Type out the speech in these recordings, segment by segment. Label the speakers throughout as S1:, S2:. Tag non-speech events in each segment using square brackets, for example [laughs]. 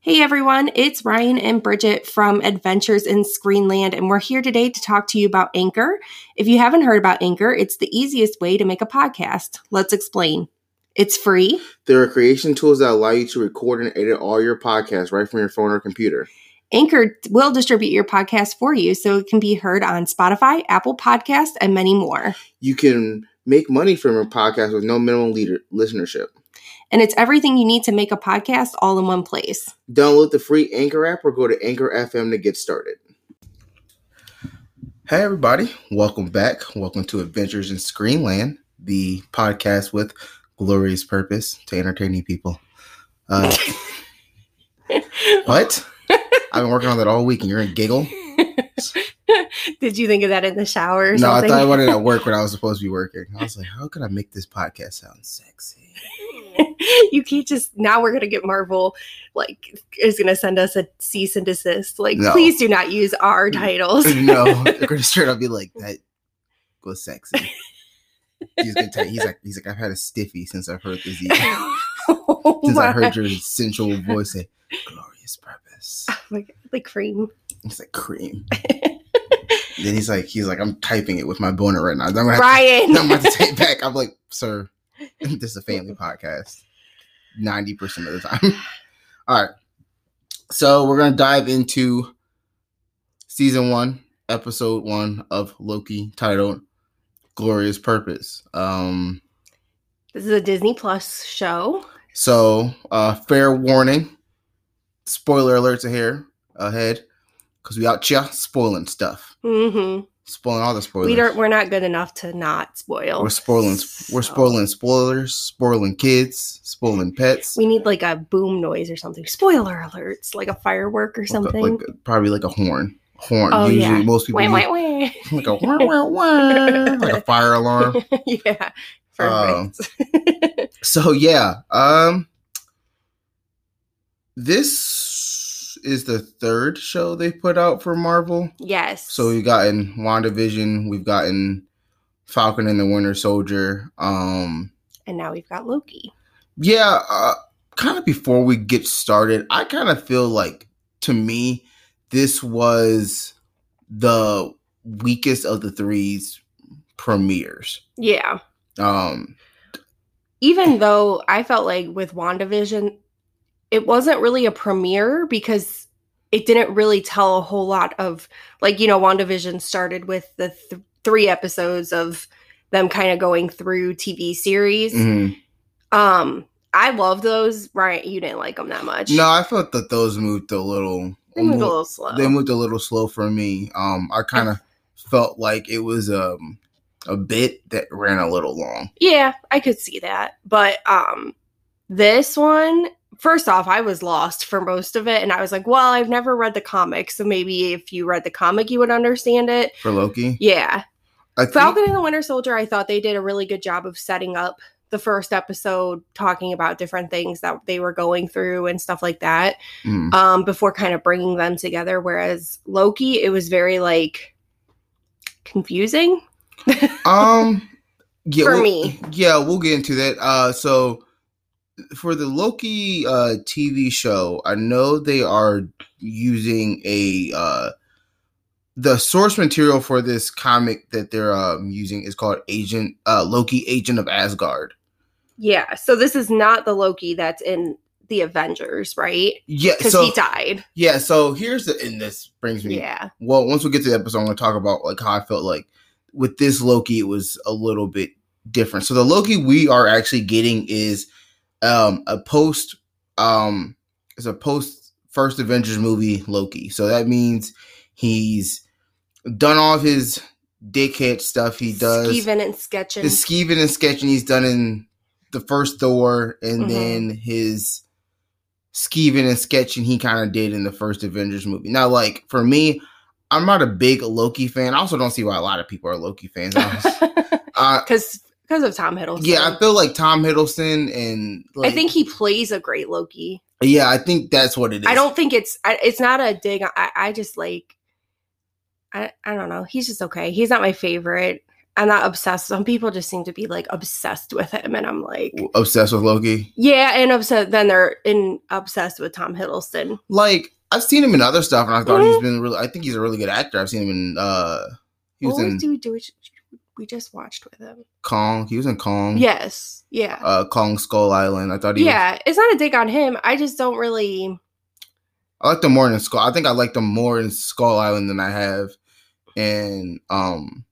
S1: Hey everyone, it's Ryan and Bridget from Adventures in Screenland, and we're here today to talk to you about Anchor. If you haven't heard about Anchor, it's the easiest way to make a podcast. Let's explain. It's free,
S2: There are creation tools that allow you to record and edit all your podcasts right from your phone or computer.
S1: Anchor will distribute your podcast for you so it can be heard on Spotify, Apple Podcasts, and many more.
S2: You can make money from your podcast with no minimum leader- listenership.
S1: And it's everything you need to make a podcast all in one place.
S2: Download the free Anchor app or go to Anchor FM to get started. Hey, everybody. Welcome back. Welcome to Adventures in Screenland, the podcast with glorious purpose to entertaining people. [laughs] Uh, what? I've been working on that all week and you're going to giggle?
S1: Did you think of that in the shower or
S2: No, I
S1: something?
S2: thought I wanted
S1: [laughs]
S2: at work when I was supposed to be working. I was like, how can I make this podcast sound sexy?
S1: [laughs] you can't just now we're gonna get Marvel like is gonna send us a cease and desist. Like,
S2: No. Mm.
S1: please do not use our titles. [laughs]
S2: [laughs] no, they're going to straight up be like, that was sexy. He's, gonna tell, he's like, he's like, I've had a stiffy since I've heard this. Either.
S1: Oh
S2: since I
S1: my-
S2: heard your sensual voice say glorious purpose.
S1: oh my God, [laughs] like cream.
S2: He's
S1: [laughs]
S2: like cream. then he's like, he's like, I'm typing it with my boner right now. I'm gonna, have to, [laughs] I'm
S1: Brian.
S2: gonna have to take back. I'm like, sir, [laughs] this is a family podcast. 90% of the time. [laughs] All right. So we're gonna dive into season one, episode one of Loki titled Glorious Purpose. Um
S1: This is a Disney Plus show.
S2: So, uh, fair warning, spoiler alerts are here ahead because we out here spoiling stuff,
S1: hmm
S2: spoiling all the spoilers.
S1: We don't. We're not good enough to not spoil.
S2: We're spoiling. We're
S1: So,
S2: spoiling spoilers, spoiling kids, spoiling pets.
S1: We need like a boom noise or something. Spoiler alerts, like a firework or
S2: Like a-
S1: something.
S2: like, probably like a horn. Horn.
S1: Oh,
S2: Usually,
S1: yeah.
S2: most people
S1: wah,
S2: use
S1: wah, wah.
S2: [laughs] like a wah, wah, wah, like
S1: [laughs]
S2: a fire alarm.
S1: yeah.
S2: Um,
S1: Perfect.
S2: So yeah, um this is the third show they put out for Marvel.
S1: [laughs] yes.
S2: So we've gotten WandaVision, we've gotten Falcon and the Winter Soldier. Um
S1: and now we've got Loki.
S2: yeah, uh, kind of before we get started, I kind of feel like to me this was the weakest of the three's premieres.
S1: Yeah.
S2: Um
S1: even though I felt like with WandaVision, it wasn't really a premiere because it didn't really tell a whole lot of, like, you know, WandaVision started with the th- three episodes of them kind of going through TV series.
S2: mhm.
S1: Um, I love those. Ryan, you didn't like them that much.
S2: no, I felt that those moved a little
S1: they moved a little slow.
S2: they moved a little slow for me. Um, I kind of felt like it was um a bit that ran a little long.
S1: yeah, I could see that. But um, this one, first off, I was lost for most of it, and I was like, well, I've never read the comic, so maybe if you read the comic, you would understand it.
S2: for Loki.
S1: Yeah.
S2: I think,
S1: Falcon and the Winter Soldier, I thought they did a really good job of setting up the first episode, talking about different things that they were going through and stuff like that
S2: Mm,
S1: um, before kind of bringing them together. Whereas Loki, it was very like confusing.
S2: um, yeah,
S1: For
S2: we'll-
S1: me.
S2: yeah, we'll get into that. Uh, so for the Loki uh TV show, I know they are using a uh the source material for this comic that they're um using is called Agent uh Loki Agent of Asgard.
S1: Yeah. So this is not the Loki that's in the Avengers, right?
S2: Yeah,
S1: Because
S2: so
S1: he died.
S2: yeah, so here's the and this brings me
S1: Yeah.
S2: well once we get to the episode i'm going to talk about like how i felt like with this loki it was a little bit different so the loki we are actually getting is um a post um it's a post first avengers movie loki so that means he's done all of his dickhead stuff he does
S1: Skeven and sketching. [laughs]
S2: [laughs] his skeeving and sketching he's done in the first Thor, and
S1: Mhm.
S2: then his skeeving and sketching he kind of did in the first Avengers movie. Now, like for me, I'm not a big Loki fan. I also don't see why a lot of people are Loki
S1: [laughs]
S2: fans. I- uh,
S1: Because of Tom Hiddleston.
S2: yeah, I feel like Tom Hiddleston and like,
S1: I think he plays a great Loki.
S2: yeah, I think that's what it is.
S1: I don't think it's I, it's not a dig. I, I just like I I don't know. He's just okay. He's not my favorite. I'm not obsessed. Some people just seem to be like obsessed with him, and I'm like,
S2: Obsessed with Loki.
S1: yeah, and obsessed. Then they're in obsessed with Tom Hiddleston.
S2: Like I've seen him in other stuff, and I thought
S1: Mhm.
S2: he's been really. I think he's a really good actor. I've seen him in. uh He was
S1: What
S2: in
S1: was do we do? We just watched with him.
S2: Kong. He was in Kong.
S1: Yes, yeah,
S2: Um, Uh, Kong Skull Island. I thought he. Was,
S1: yeah. It's not a dig on him. I just don't really.
S2: I liked him more in Skull. I think I liked him more in Skull Island than I have in um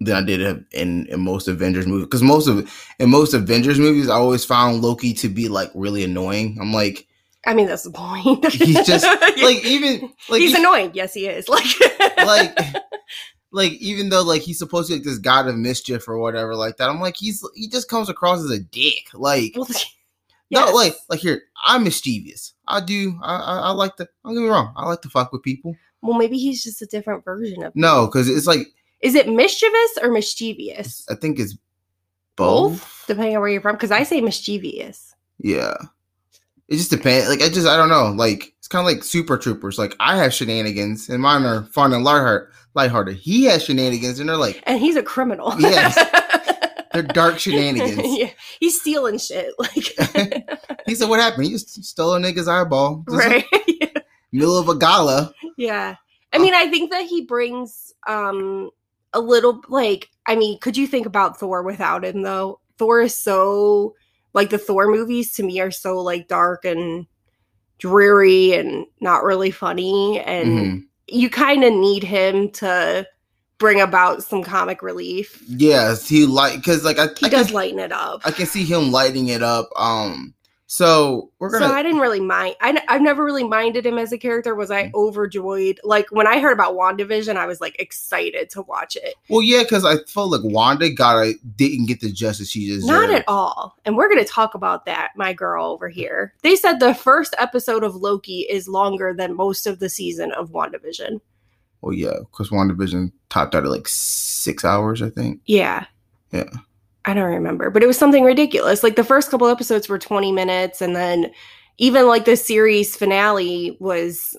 S2: than I did have in, in most Avengers movies. Because most of in most Avengers movies, I always found Loki to be like really annoying. I'm like
S1: I mean, that's the point.
S2: [laughs] He's
S1: [laughs]
S2: just, like even like
S1: he's
S2: e-
S1: annoying. Yes, he is. [laughs] Like,
S2: like like even though like he's supposed to be like this god of mischief or whatever like that. I'm like he's he just comes across as a dick. Like
S1: [laughs] well,
S2: No,
S1: yes.
S2: like, like here, I'm mischievous. I do. I, I, I like to. Don't get me wrong. I like to fuck with people.
S1: Well, maybe he's just a different version of.
S2: No, because it's like
S1: Is it mischievous or mischievous?
S2: I think it's both.
S1: depending on where you're from. Because I say mischievous.
S2: Yeah, it just depends. Like I just I don't know. Like it's kind of like Super Troopers. Like I have shenanigans, and mine are fun and lightheart, lighthearted. He has shenanigans, and they're like
S1: and he's a criminal. [laughs]
S2: Yes. they're dark shenanigans.
S1: yeah, he's stealing shit.
S2: [laughs]
S1: Like, [laughs]
S2: He said, "What happened? He just stole a nigga's eyeball." Just
S1: right?
S2: Middle of a gala.
S1: yeah.
S2: Oh.
S1: I mean, I think that he brings um a little like. I mean, could you think about Thor without him though? Thor is so like the Thor movies to me are so like dark and dreary and not really funny and
S2: Mhm.
S1: you kind of need him to bring about some comic relief.
S2: Yes, he like because like I,
S1: He
S2: I
S1: does
S2: can,
S1: lighten it up.
S2: I can see him lighting it up. Um, so we're gonna.
S1: So I didn't really mind. I, have never really minded him as a character. Was
S2: Mm.
S1: I overjoyed? Like when I heard about WandaVision, I was like excited to watch it.
S2: Well, yeah, because I felt like Wanda got a, didn't get the justice she deserved.
S1: Not at all. And we're going to talk about that, my girl over here. They said the first episode of Loki is longer than most of the season of WandaVision.
S2: Well, yeah, because WandaVision topped out at like six hours, I think.
S1: Yeah.
S2: Yeah.
S1: I don't remember, but it was something ridiculous. Like the first couple episodes were 20 minutes and then even like the series finale was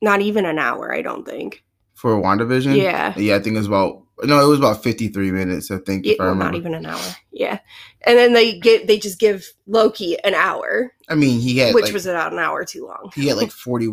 S1: not even an hour, I don't think.
S2: For WandaVision?
S1: Yeah.
S2: Yeah, I think it was about, no, it was about 53 minutes, I think,
S1: Yeah,
S2: if I
S1: well,
S2: remember.
S1: not even an hour. Yeah, and then they get they just give Loki an hour,
S2: I mean, he had,
S1: which
S2: like,
S1: was about an hour too long.
S2: he
S1: [laughs]
S2: had like 40,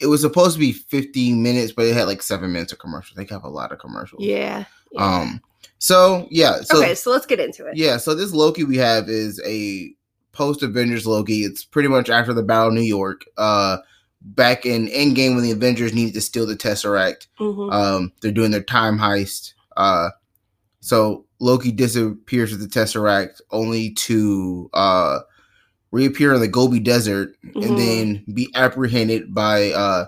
S2: it was supposed to be 15 minutes, but it had like seven minutes of commercials. They have a lot of commercials.
S1: Yeah. yeah.
S2: Um. So, yeah. So,
S1: okay, so let's get into it.
S2: Yeah, so this Loki we have is a post Avengers Loki. It's pretty much after the Battle of New York. Uh back in Endgame when the Avengers needed to steal the Tesseract.
S1: Mhm.
S2: Um they're doing their time heist. Uh so Loki disappears with the Tesseract only to uh reappear in the Gobi Desert
S1: Mhm.
S2: and then be apprehended by uh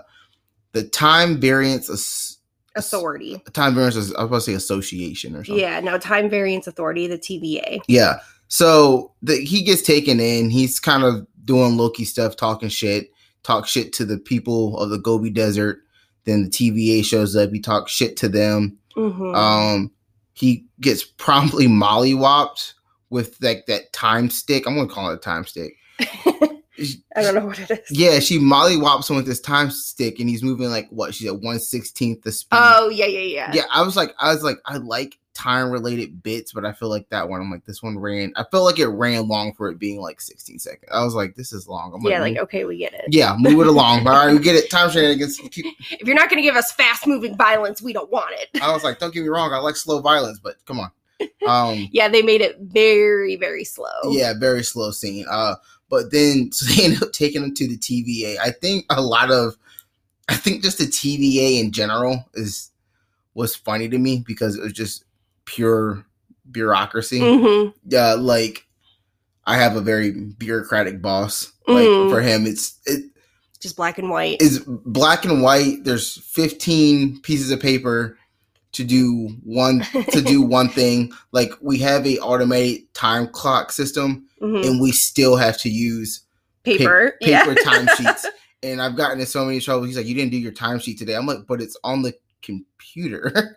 S2: the time variance As-
S1: Authority.
S2: time variance As- I was about to say association or something.
S1: Yeah. No, Time Variance Authority, the TVA.
S2: Yeah. So the, he gets taken in. He's kind of doing Loki stuff, talking shit, talk shit to the people of the Gobi Desert. Then the TVA shows up. He talks shit to them.
S1: Mhm. [laughs]
S2: Um, he gets promptly mollywopped with like that time stick. I'm gonna call it a time stick.
S1: I don't know what it is.
S2: Yeah, she mollywops him with this time stick, and he's moving like what? She's at one sixteenth the speed.
S1: Oh yeah, yeah, yeah.
S2: Yeah, I was like, I was like, I like time related bits, but I feel like that one. I'm like, this one ran. I felt like it ran long for it being like 16 seconds. I was like, this is long. I'm like,
S1: Yeah, like
S2: move-
S1: okay, we get it.
S2: yeah, move it along. All right, we
S1: [laughs]
S2: get it. Time shenanigans. Keep-
S1: If you're not going to give us fast-moving violence, we don't want it.
S2: I was like, don't get me wrong. I like slow violence, but come on. Um,
S1: [laughs] yeah, they made it very, very slow.
S2: yeah, very slow scene. Uh, but then [laughs] so they end up taking him to the TVA. I think a lot of, I think just the TVA in general is was funny to me because it was just pure bureaucracy.
S1: Mhm.
S2: yeah, like I have a very bureaucratic boss. Like
S1: Mm.
S2: for him, it's it
S1: Just black and white.
S2: is black and white. There's 15 pieces of paper to do one to do one thing. Like we have a automated time clock system,
S1: Mhm.
S2: and we still have to use
S1: Paper. [laughs] yeah.
S2: paper time sheets. And I've gotten in so many trouble. He's like, "You didn't do your time sheet today." I'm like, "But it's on the computer."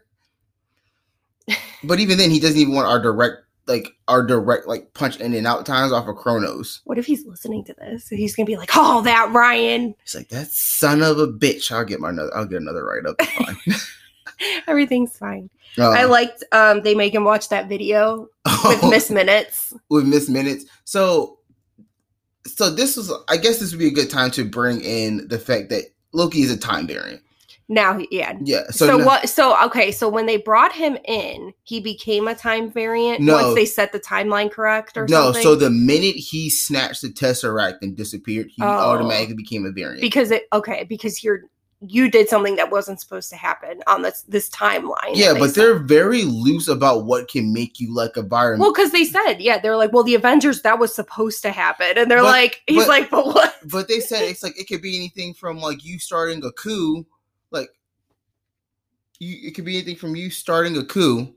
S2: [laughs] but even then, he doesn't even want our direct, like our direct, like punch in and out times off of Chronos.
S1: What if he's listening to this? He's gonna be like, "Oh, that Ryan." [laughs] [laughs]
S2: He's like, "That son of a bitch." I'll get my another. I'll get another write up. Fine.
S1: Everything's fine. I liked um they make him watch that video [laughs] with
S2: [laughs]
S1: Miss Minutes.
S2: Uh, with Miss Minutes. So, so this was, I guess, this would be a good time to bring in the fact that Loki is a time variant.
S1: Now, he- yeah.
S2: Yeah. So,
S1: So,
S2: no-
S1: what? So okay. So when they brought him in, he became a time variant.
S2: No.
S1: Once they set the timeline correct, or
S2: No,
S1: something?
S2: so the minute he snatched the tesseract and disappeared, he
S1: Oh.
S2: automatically became a variant.
S1: because it okay because you're you did something that wasn't supposed to happen on this this timeline.
S2: yeah,
S1: that
S2: but
S1: they
S2: they're very loose about what can make you like a
S1: said.
S2: virus.
S1: well because they said yeah they're like well the Avengers that was supposed to happen and they're
S2: But-
S1: like he's
S2: but-
S1: like but what
S2: but they said it's like it could be anything from like you starting a coup, like you, it could be anything from you starting a coup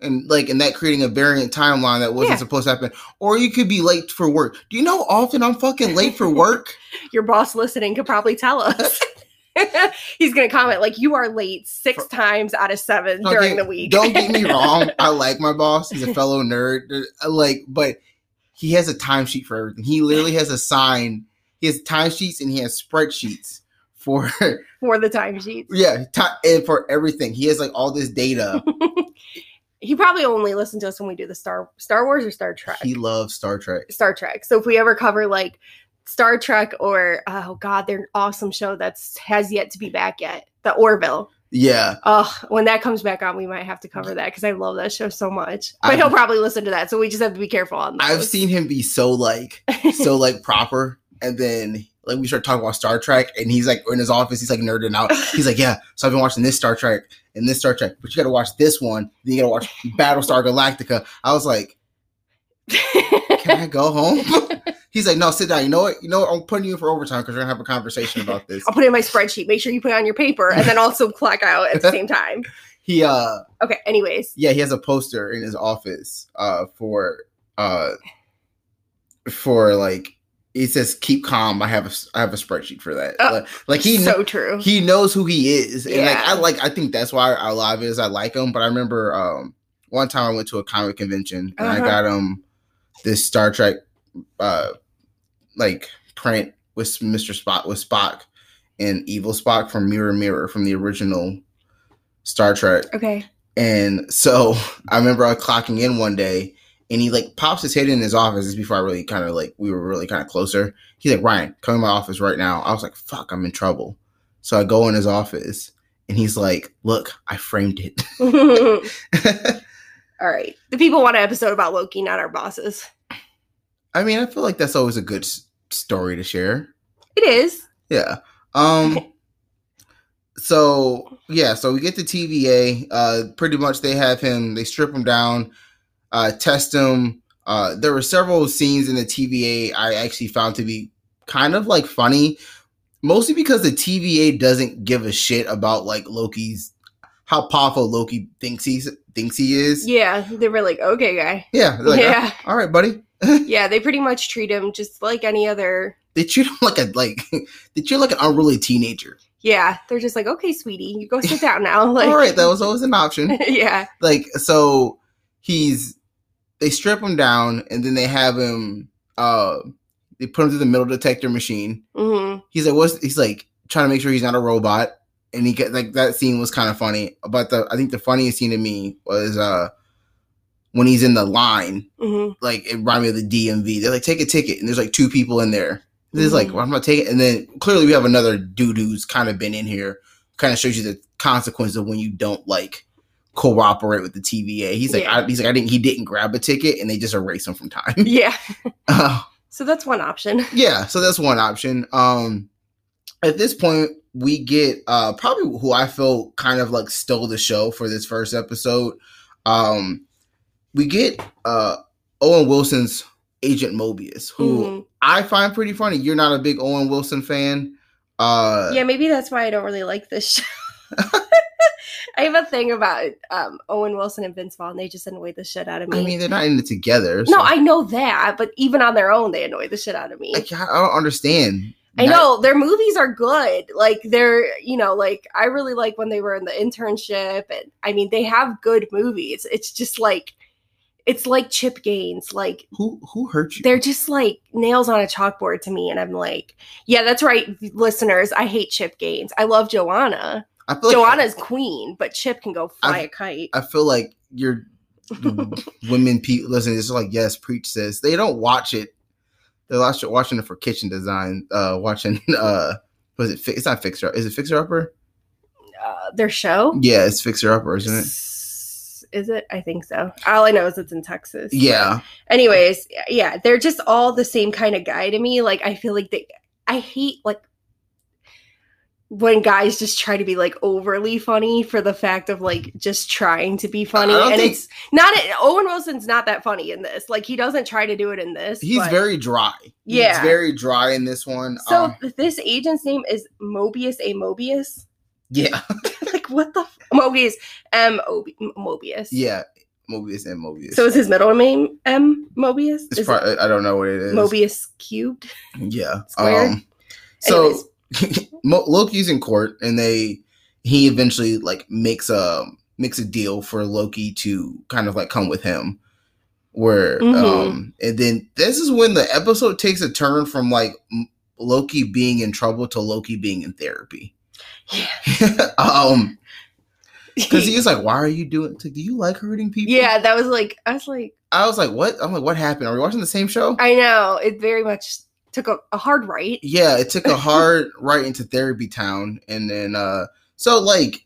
S2: and like and that creating a variant timeline that wasn't
S1: Yeah.
S2: supposed to happen, or you could be late for work. Do you know how often I'm fucking late for work?
S1: your boss listening could probably tell us. [laughs] He's gonna comment like you are late six times out of seven
S2: Don't
S1: during
S2: get-
S1: the week.
S2: Don't get me
S1: [laughs]
S2: wrong. I like my boss. He's a fellow nerd. I like, but he has a timesheet for everything. He literally has a sign. He has timesheets and he has spreadsheets for [laughs]
S1: for the timesheets.
S2: yeah, ti and for everything. He has like all this data.
S1: He probably only listened to us when we do the Star Star Wars or Star Trek.
S2: he loves Star Trek.
S1: Star Trek. So if we ever cover like Star Trek or oh god, they're an awesome show that's has yet to be back yet. The Orville.
S2: Yeah,
S1: Oh, when that comes back on, we might have to cover that because I love that show so much. But
S2: I've-
S1: he'll probably listen to that, so we just have to be careful on that.
S2: I've seen him be so like so like proper, and then. Like we start talking about Star Trek, and he's like in his office, he's like nerding out. He's like, "Yeah, so I've been watching this Star Trek and this Star Trek, but you got to watch this one. Then you got to watch Battlestar Galactica." I was like, can I go home? He's like, no, sit down. You know what? You know what? I'm putting you in for overtime because we're gonna have a conversation about
S1: [laughs]
S2: this.
S1: I'll put it in my spreadsheet. Make sure you put it on your paper and then also clock out at the same time.
S2: He uh
S1: Okay, anyways.
S2: yeah, he has a poster in his office uh for uh for like he says keep calm. I have a s- I have a spreadsheet for that.
S1: Oh,
S2: like, like, he
S1: so true.
S2: he knows who he is. And like
S1: Yeah.
S2: I like I think that's why I love is I like him. But I remember um one time I went to a comic convention and I
S1: Uh-huh.
S2: got um this Star Trek uh like print with Mr. Spock with Spock and Evil Spock from Mirror Mirror from the original Star Trek.
S1: okay. [laughs]
S2: And so [laughs] I remember I clocking in one day and he like pops his head in his office. This is before I really kind of like we were really kind of closer. He's like, Ryan, come to my office right now. I was like, fuck, I'm in trouble. So I go in his office and he's like, look, I framed it.
S1: All right. The people want an episode about Loki, not our bosses.
S2: [laughs] I mean, I feel like that's always a good s- story to share.
S1: It is.
S2: Yeah. Um so yeah, so we get to TVA. Uh pretty much they have him, they strip him down, uh test him. Uh there were several scenes in the TVA I actually found to be kind of like funny, mostly because the TVA doesn't give a shit about like Loki's how powerful Loki thinks he's thinks he is. Yeah.
S1: Yeah. They were like, okay, guy.
S2: they're like,
S1: yeah.
S2: all right, buddy.
S1: Yeah, they pretty much treat him just like any other.
S2: They treat him [laughs] like a like they treat him like an unruly teenager.
S1: Yeah, they're just like, okay, sweetie, you go sit down now. [laughs] Like,
S2: all right, that was always an option.
S1: yeah,
S2: like so he's they strip him down and then they have him uh they put him through the metal detector machine
S1: hmm
S2: he's like what's he's like trying to make sure he's not a robot and he get like that scene was kind of funny but the i think the funniest scene to me was uh when he's in the line
S1: hmm
S2: like it reminded me of the dmv they're like take a ticket and there's like two people in there this is like
S1: Mhm.
S2: well, i'm not taking and then clearly we have another dude who's kind of been in here kind of shows you the consequence of when you don't like cooperate with the tva he's like
S1: Yeah.
S2: I, he's like i didn't he didn't grab a ticket and they just erase him from time [laughs]
S1: yeah.
S2: Uh,
S1: So that's one option.
S2: yeah so that's one option um at this point we get uh probably who i feel kind of like stole the show for this first episode um we get uh owen wilson's agent mobius who
S1: Mhm.
S2: I find pretty funny. You're not a big Owen Wilson fan. Uh
S1: Yeah, maybe that's why I don't really like this show.
S2: [laughs]
S1: I have a thing about um, Owen Wilson and Vince Vaughn. They just annoy the shit out of me.
S2: I mean they're not in it together.
S1: no,
S2: so-
S1: I know that, but even on their own, they annoy the shit out of me.
S2: like, I don't understand.
S1: I
S2: Not-
S1: know their movies are good. Like they're, you know, like I really like when they were in the internship, and I mean they have good movies. It's just like, it's like Chip Gaines. Like
S2: who who hurt you.
S1: they're just like nails on a chalkboard to me, and I'm like, yeah, that's right, listeners. I hate Chip Gaines. I love Joanna.
S2: I feel like
S1: Joanna's queen, but Chip can go fly
S2: I've-
S1: a kite.
S2: I feel like
S1: [laughs]
S2: you're women people listen. It's like yes, preach says they don't watch it. They're watch- watching it for kitchen design. Uh, watching [laughs] uh, was it? Fi- it's not fixer. Is it fixer upper?
S1: uh, their show.
S2: Yeah, it's fixer upper, isn't it?
S1: S- Is it? I think so. All I know is it's in Texas.
S2: Yeah,
S1: Anyways, yeah, they're just all the same kind of guy to me. Like I feel like they I hate like when guys just try to be like overly funny for the fact of like just trying to be funny
S2: don't
S1: and
S2: think-
S1: it's not Owen Wilson's not that funny in this. Like he doesn't try to do it in this.
S2: he's
S1: but-
S2: very dry.
S1: Yeah.
S2: he's very dry in this one.
S1: So
S2: um,
S1: this agent's name is Mobius A Mobius. [laughs]
S2: yeah, [laughs]
S1: like what the f- Mobius M O B Mobius.
S2: yeah, Mobius and Mobius.
S1: So is his middle name M Mobius?
S2: it's
S1: is
S2: pro- I don't know what it
S1: it
S2: is.
S1: Mobius cubed?
S2: [laughs] Yeah.
S1: Squared.
S2: Um, so [laughs] Mo- Loki's in court, and they he eventually like makes a makes a deal for Loki to kind of like come with him. Where
S1: Mm-hmm.
S2: um and then this is when the episode takes a turn from like M- Loki being in trouble to Loki being in therapy.
S1: Yeah.
S2: [laughs] um, because he's like, "Why are you doing? It's like, do you like hurting people?"
S1: Yeah, that was like I was like
S2: I was like, "What?" I'm like, "What happened? Are we watching the same show?"
S1: I know it very much took a, a hard right.
S2: yeah it took a hard [laughs] right into therapy town and then uh so like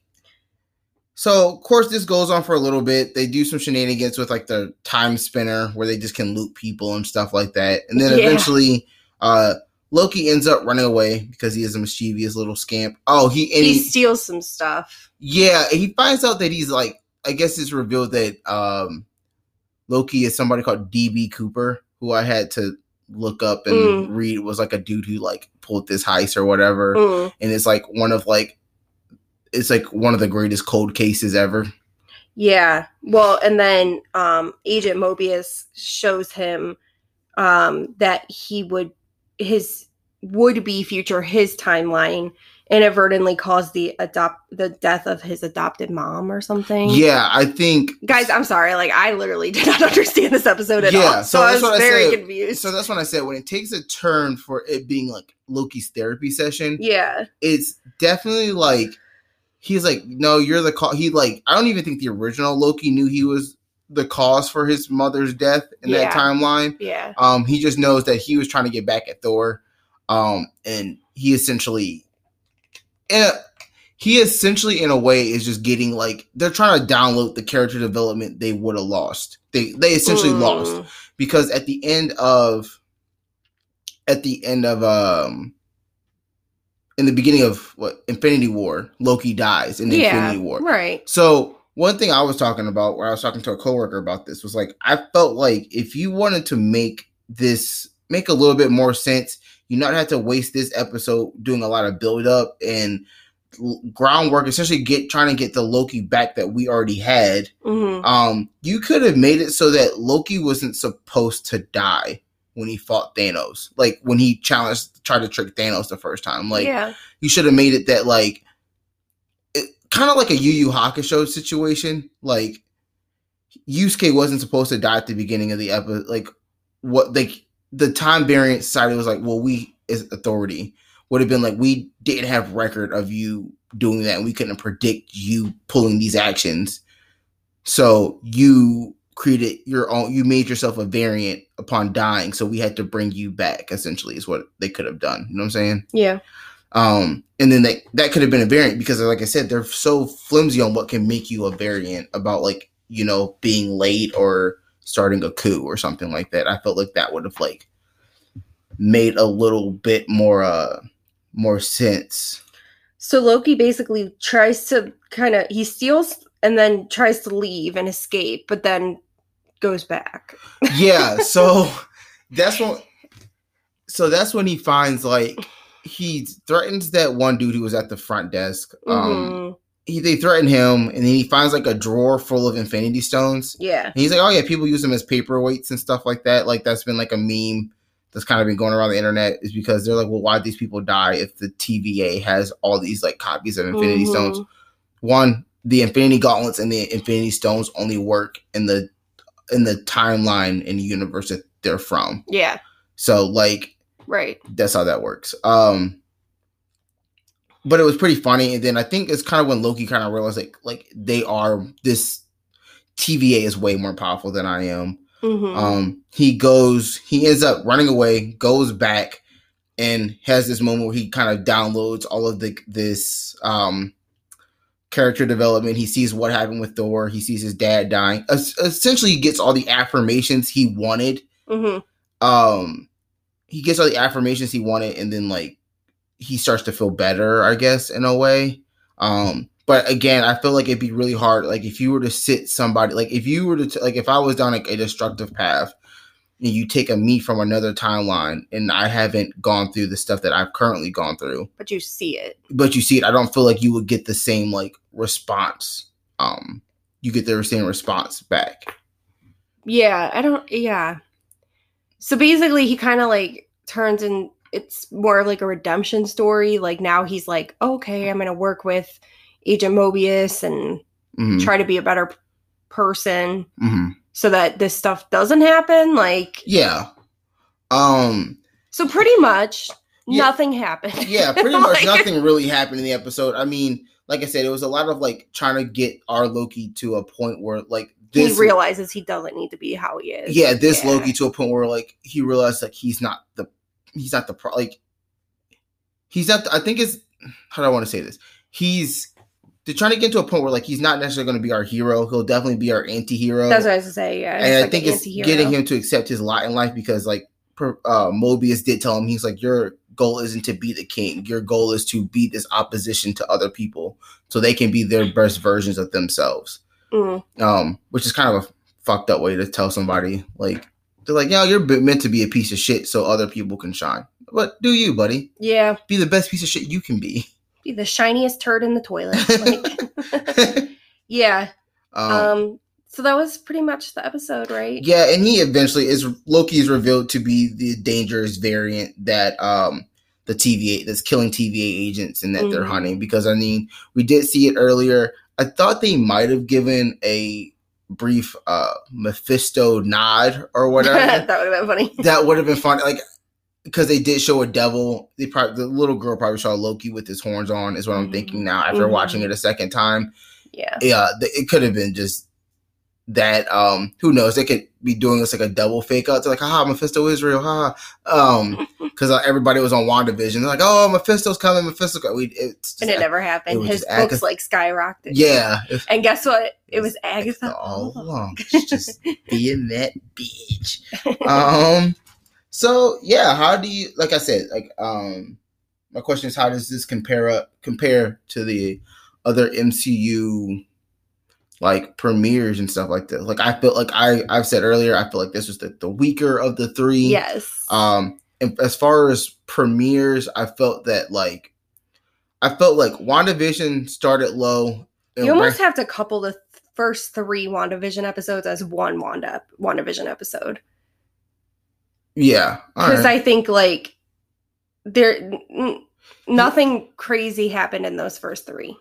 S2: so of course this goes on for a little bit they do some shenanigans with like the time spinner where they just can loot people and stuff like that and then
S1: Yeah.
S2: eventually uh loki ends up running away because he is a mischievous little scamp oh he and
S1: He
S2: he,
S1: steals some stuff.
S2: yeah he finds out that he's like i guess it's revealed that um loki is somebody called db cooper who i had to look up and
S1: Mm.
S2: read was like a dude who like pulled this heist or whatever
S1: Mm.
S2: and it's like one of like it's like one of the greatest cold cases ever
S1: Yeah. Well, and then um, Agent Mobius shows him um, that he would his would be future his timeline inadvertently caused the adopt the death of his adopted mom or something.
S2: yeah i think
S1: Guys, I'm sorry. Like I literally did not [laughs] understand this episode at
S2: Yeah,
S1: all.
S2: so
S1: So, I
S2: that's
S1: was
S2: what I
S1: very
S2: said.
S1: confused.
S2: so that's when i said when it takes a turn for it being like loki's therapy session
S1: yeah.
S2: it's definitely like he's like no you're the cause he like i don't even think the original loki knew he was the cause for his mother's death in
S1: Yeah.
S2: that timeline
S1: Yeah.
S2: um he just knows that he was trying to get back at thor um and he essentially eh, he essentially in a way is just getting like they're trying to download the character development they would have lost they they essentially
S1: Mm.
S2: lost because at the end of at the end of um in the beginning of what Infinity War, Loki dies in Infinity War.
S1: Right.
S2: So one thing I was talking about where I was talking to a coworker about this was like I felt like if you wanted to make this make a little bit more sense, you not have to waste this episode doing a lot of build up and l- groundwork essentially get trying to get the Loki back that we already had
S1: hmm
S2: um, you could have made it so that Loki wasn't supposed to die when he fought Thanos, like when he challenged, tried to trick Thanos the first time. Like
S1: yeah.
S2: you should have made it that like, it, kind of like a Yu Yu Hakusho situation. Like Yusuke wasn't supposed to die at the beginning of the episode. Like what like the time variant society was like, well, we as authority would have been like, we didn't have record of you doing that. We couldn't predict you pulling these actions. So you created your own you made yourself a variant upon dying. So we had to bring you back, essentially, is what they could have done. You know what I'm saying?
S1: Yeah.
S2: Um, and then that that could have been a variant because, like I said, they're so flimsy on what can make you a variant about like you know being late or starting a coup or something like that. I felt like that would have like made a little bit more uh more sense.
S1: So Loki basically tries to kind of he steals and then tries to leave and escape, but then goes back.
S2: Yeah, so that's when so that's when he finds like he threatens that one dude who was at the front desk. Um,
S1: Mhm.
S2: he, they threaten him, and then he finds like a drawer full of Infinity Stones.
S1: yeah.
S2: And he's like, oh yeah, people use them as paperweights and stuff like that. Like that's been like a meme that's kind of been going around the internet is because they're like, well, why these people die if the TVA has all these like copies of Infinity
S1: Mhm.
S2: Stones? One, the Infinity Gauntlets and the Infinity Stones only work in the in the timeline and the universe that they're from.
S1: Yeah.
S2: So like
S1: Right.
S2: that's how that works. Um but it was pretty funny. And then I think it's kind of when Loki kind of realized like like they are this TVA is way more powerful than I am.
S1: Mhm.
S2: Um, he goes, he ends up running away, goes back, and has this moment where he kind of downloads all of the this um character development. He sees what happened with Thor. He sees his dad dying. Es- essentially, he gets all the affirmations he wanted
S1: Mhm.
S2: um he gets all the affirmations he wanted and then like he starts to feel better i guess in a way um but again i feel like it'd be really hard like if you were to sit somebody like if you were to t- like if i was down like a destructive path and you take a me from another timeline and i haven't gone through the stuff that i've currently gone through
S1: But you see it.
S2: but you see it i don't feel like you would get the same like response um you get the same response back
S1: Yeah, I don't. Yeah. So basically, he kind of like turns and it's more of like a redemption story. Like now he's like, okay, I'm going to work with Agent Mobius and
S2: Mhm,
S1: try to be a better p- person
S2: mhm.
S1: so that this stuff doesn't happen. Like,
S2: yeah um
S1: so pretty much
S2: Yeah.
S1: nothing happened. [laughs]
S2: yeah, pretty
S1: Like-
S2: much nothing really happened in the episode. I mean, like I said, it was a lot of like trying to get our Loki to a point where like this
S1: he realizes he doesn't need to be how he is.
S2: yeah, this
S1: Yeah.
S2: Loki to a point where like he realized like he's not the he's not the pro like he's not I think it's how do I want to say this? He's they're trying to get to a point where like he's not necessarily going to be our hero. He'll definitely be our anti-hero.
S1: That's what I was gonna say. Yeah,
S2: and I
S1: like
S2: think
S1: an
S2: it's
S1: antihero.
S2: getting him to accept his lot in life because like per- uh, Mobius did tell him he's like your goal isn't to be the king. Your goal is to beat this opposition to other people so they can be their best versions of themselves.
S1: Mm.
S2: Um, which is kind of a fucked up way to tell somebody like they're like, yeah, you're b- meant to be a piece of shit so other people can shine. But do you, buddy?
S1: Yeah,
S2: Be the best piece of shit you can be. [laughs]
S1: be the shiniest turd in the toilet. Like- yeah.
S2: um,
S1: Um. So that was pretty much the episode, right?
S2: Yeah, and he eventually is Loki is revealed to be the dangerous variant that um the TVA that's killing TVA agents and that they're
S1: Mhm.
S2: hunting because I mean we did see it earlier. I thought they might have given a brief uh Mephisto nod
S1: [laughs]
S2: or whatever.
S1: that would have been funny.
S2: that would have been fun. Like because they did show a devil. They probably the little girl probably saw Loki with his horns on is what I'm
S1: Mhm.
S2: thinking now after
S1: Mhm.
S2: watching it a second time
S1: Yeah.
S2: yeah th- it could have been just that um who knows they could be doing this like a double fake out to like haha mephisto is real haha
S1: [laughs]
S2: um because uh, everybody was on wandavision they're like oh mephisto's coming mephisto's coming. we it's just
S1: And it
S2: Ag-
S1: never happened.
S2: was
S1: His
S2: just
S1: books
S2: Agatha-
S1: like skyrocketed.
S2: yeah it's
S1: And guess what? It
S2: It
S1: was Agatha [laughs] all
S2: all
S1: along.
S2: along She's just being that bitch um so yeah how do you like i said like um my question is how does this compare up compare to the other mcu like premieres and stuff like that like i feel like i i've said earlier i feel like this was the, the weaker of the three
S1: Yes.
S2: um and as far as premieres i felt that like i felt like wandavision started low and
S1: you almost
S2: ranked-
S1: have to couple the th- first three WandaVision episodes as one Wanda WandaVision episode.
S2: yeah all
S1: Because
S2: right. Mm.
S1: I think like there n- n- nothing crazy happened in those first three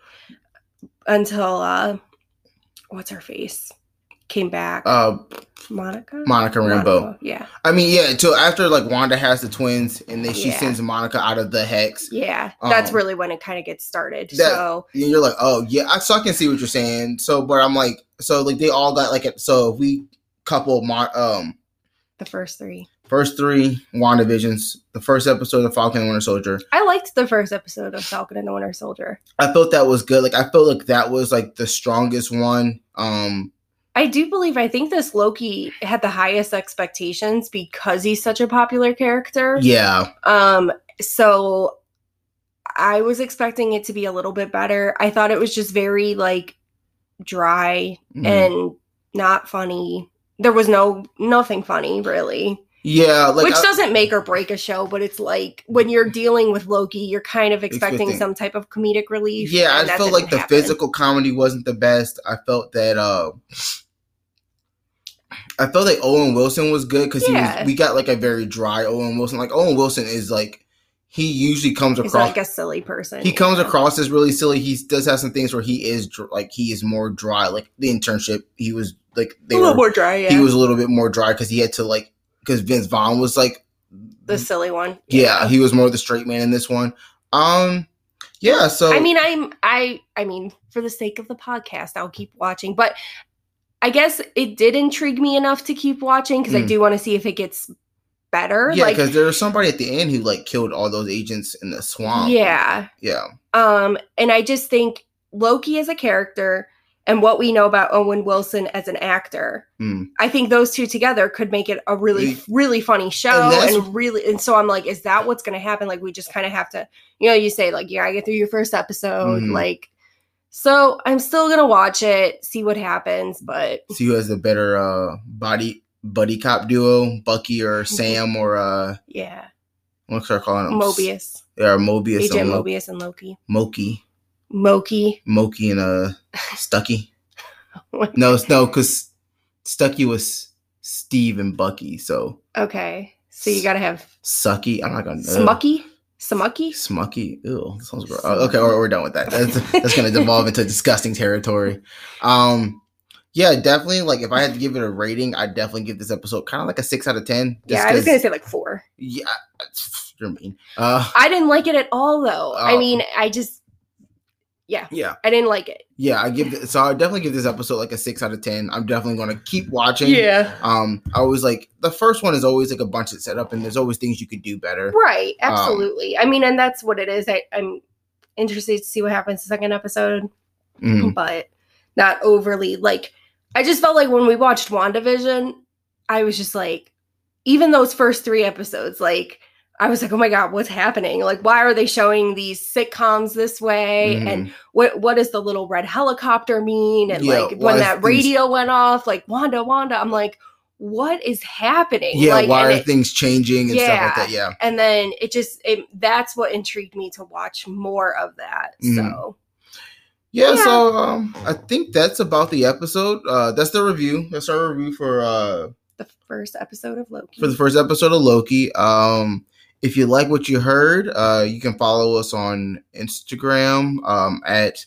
S1: until uh what's her face? Came back.
S2: uh
S1: Monica?
S2: monica rambeau
S1: Monica, Yeah.
S2: I mean, yeah, until after like Wanda has the twins and then she
S1: Yeah.
S2: sends Monica out of the hex.
S1: Yeah. That's
S2: Um,
S1: really when it kind of gets started.
S2: that-
S1: so
S2: And you're like, oh yeah, I so I can see what you're saying. So but I'm like, so like they all got like a, so if we couple Mon- um
S1: the first three.
S2: first three WandaVisions, the first episode of Falcon and Winter Soldier,
S1: I liked the first episode of Falcon and the Winter Soldier.
S2: I felt that was good. Like I felt like that was like the strongest one. Um
S1: I do believe I think this Loki had the highest expectations because he's such a popular character.
S2: yeah.
S1: Um so I was expecting it to be a little bit better. I thought it was just very like dry
S2: Mhm.
S1: and not funny. There was no nothing funny really.
S2: yeah, like
S1: Which
S2: I-
S1: doesn't make or break a show, but it's like when you're dealing with Loki, you're kind of expecting
S2: Expecting-
S1: some type of comedic relief.
S2: Yeah,
S1: and
S2: I
S1: that
S2: felt
S1: didn't
S2: like the
S1: happen.
S2: physical comedy wasn't the best. I felt that uh I felt like Owen Wilson was good because he
S1: Yeah.
S2: was we got like a very dry Owen Wilson. Like Owen Wilson is like he usually comes
S1: He's
S2: across
S1: like a silly person.
S2: he comes
S1: yeah.
S2: across as really silly. He does have some things where he is dr- like he is more dry. Like the internship, he was like
S1: a
S2: they
S1: little
S2: were
S1: more dry. Yeah,
S2: he was a little bit more dry because he had to like because Vince Vaughn was like
S1: the silly one.
S2: yeah, he was more the straight man in this one. Um, Yeah, so
S1: I mean, I'm I I mean, for the sake of the podcast, I'll keep watching, but I guess it did intrigue me enough to keep watching because I
S2: Mm.
S1: do want to see if it gets better.
S2: yeah,
S1: like,
S2: because there was somebody at the end who like killed all those agents in the swamp.
S1: yeah.
S2: yeah,
S1: Um, and I just think Loki as a character and what we know about Owen Wilson as an actor,
S2: Mm.
S1: I think those two together could make it a really,
S2: We-
S1: really funny show.
S2: And that's-
S1: And, really, and so I'm like, is that what's going to happen? Like, we just kind of have to, you know, you say, like, you got to get through your first episode.
S2: Mhm.
S1: Like, so I'm still going to watch it, see what happens, but.
S2: see who has the better uh body buddy cop duo, Bucky or
S1: Mm-hmm.
S2: Sam or uh,
S1: Yeah,
S2: what should I call him?
S1: Mobius,
S2: Yeah, Mobius
S1: Agent
S2: and Lo-
S1: Mobius, and Loki.
S2: Moki,
S1: Moki, [laughs]
S2: Moki and uh Stucky. No, it's- no, because Stucky was Steve and Bucky, so
S1: okay. So you gotta have
S2: Sucky. I'm not gonna ugh.
S1: Smucky, Smucky.
S2: Smucky. Ew, that sounds gross.
S1: Smucky.
S2: Okay, we're, we're done with that. That's, that's going to devolve into disgusting territory. Um, yeah, definitely. Like, if I had to give it a rating, I'd definitely give this episode kind of like a six out of ten. just
S1: Yeah, I was
S2: 'cause-
S1: gonna say like four.
S2: yeah, [sighs] it's- you're mean. Uh,
S1: I didn't like it at all, though. I
S2: Oh.
S1: mean, I just
S2: yeah,
S1: I didn't like it.
S2: yeah. I give th- so I definitely give this episode like a six out of ten. I'm definitely going to keep watching.
S1: Yeah,
S2: Um, I always like the first one is always like a bunch of setup, and there's always things you could do better.
S1: right. Absolutely. I mean, and that's what it is. I, I'm interested to see what happens the second episode,
S2: Mhm.
S1: but not overly like. I just felt like when we watched WandaVision, I was just like, even those first three episodes, like. I was like, oh my God, what's happening? Like, why are they showing these sitcoms this way?
S2: Mhm.
S1: And what what does the little red helicopter mean and
S2: Yeah,
S1: like
S2: why
S1: when
S2: is
S1: that
S2: things-
S1: radio went off like wanda wanda i'm like what is happening
S2: yeah,
S1: like,
S2: why are
S1: and, it-
S2: things changing and stuff like that? Yeah.
S1: and then it just it, that's what intrigued me to watch more of that
S2: Mm.
S1: so
S2: yeah
S1: Yeah.
S2: so um i think that's about the episode uh that's the review that's our review for uh
S1: the first episode of loki
S2: for the first episode of loki um if you like what you heard uh you can follow us on instagram um at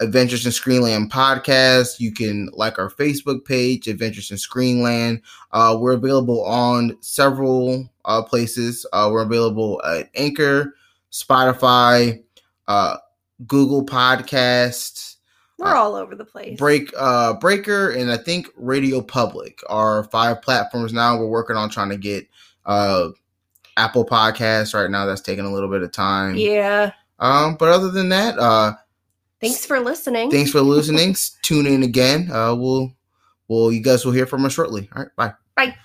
S2: adventures in screenland podcast you can like our facebook page adventures in screenland uh we're available on several uh places uh we're available at anchor spotify uh google podcasts
S1: we're all over the place
S2: Break uh Breaker and I think Radio Public are five platforms now. We're working on trying to get uh Apple Podcasts right now. That's taking a little bit of time.
S1: yeah
S2: Um, but other than that, uh
S1: thanks for listening
S2: thanks for listening. Tune in again. Uh we'll well you guys will hear from us shortly. All right, bye.
S1: Bye.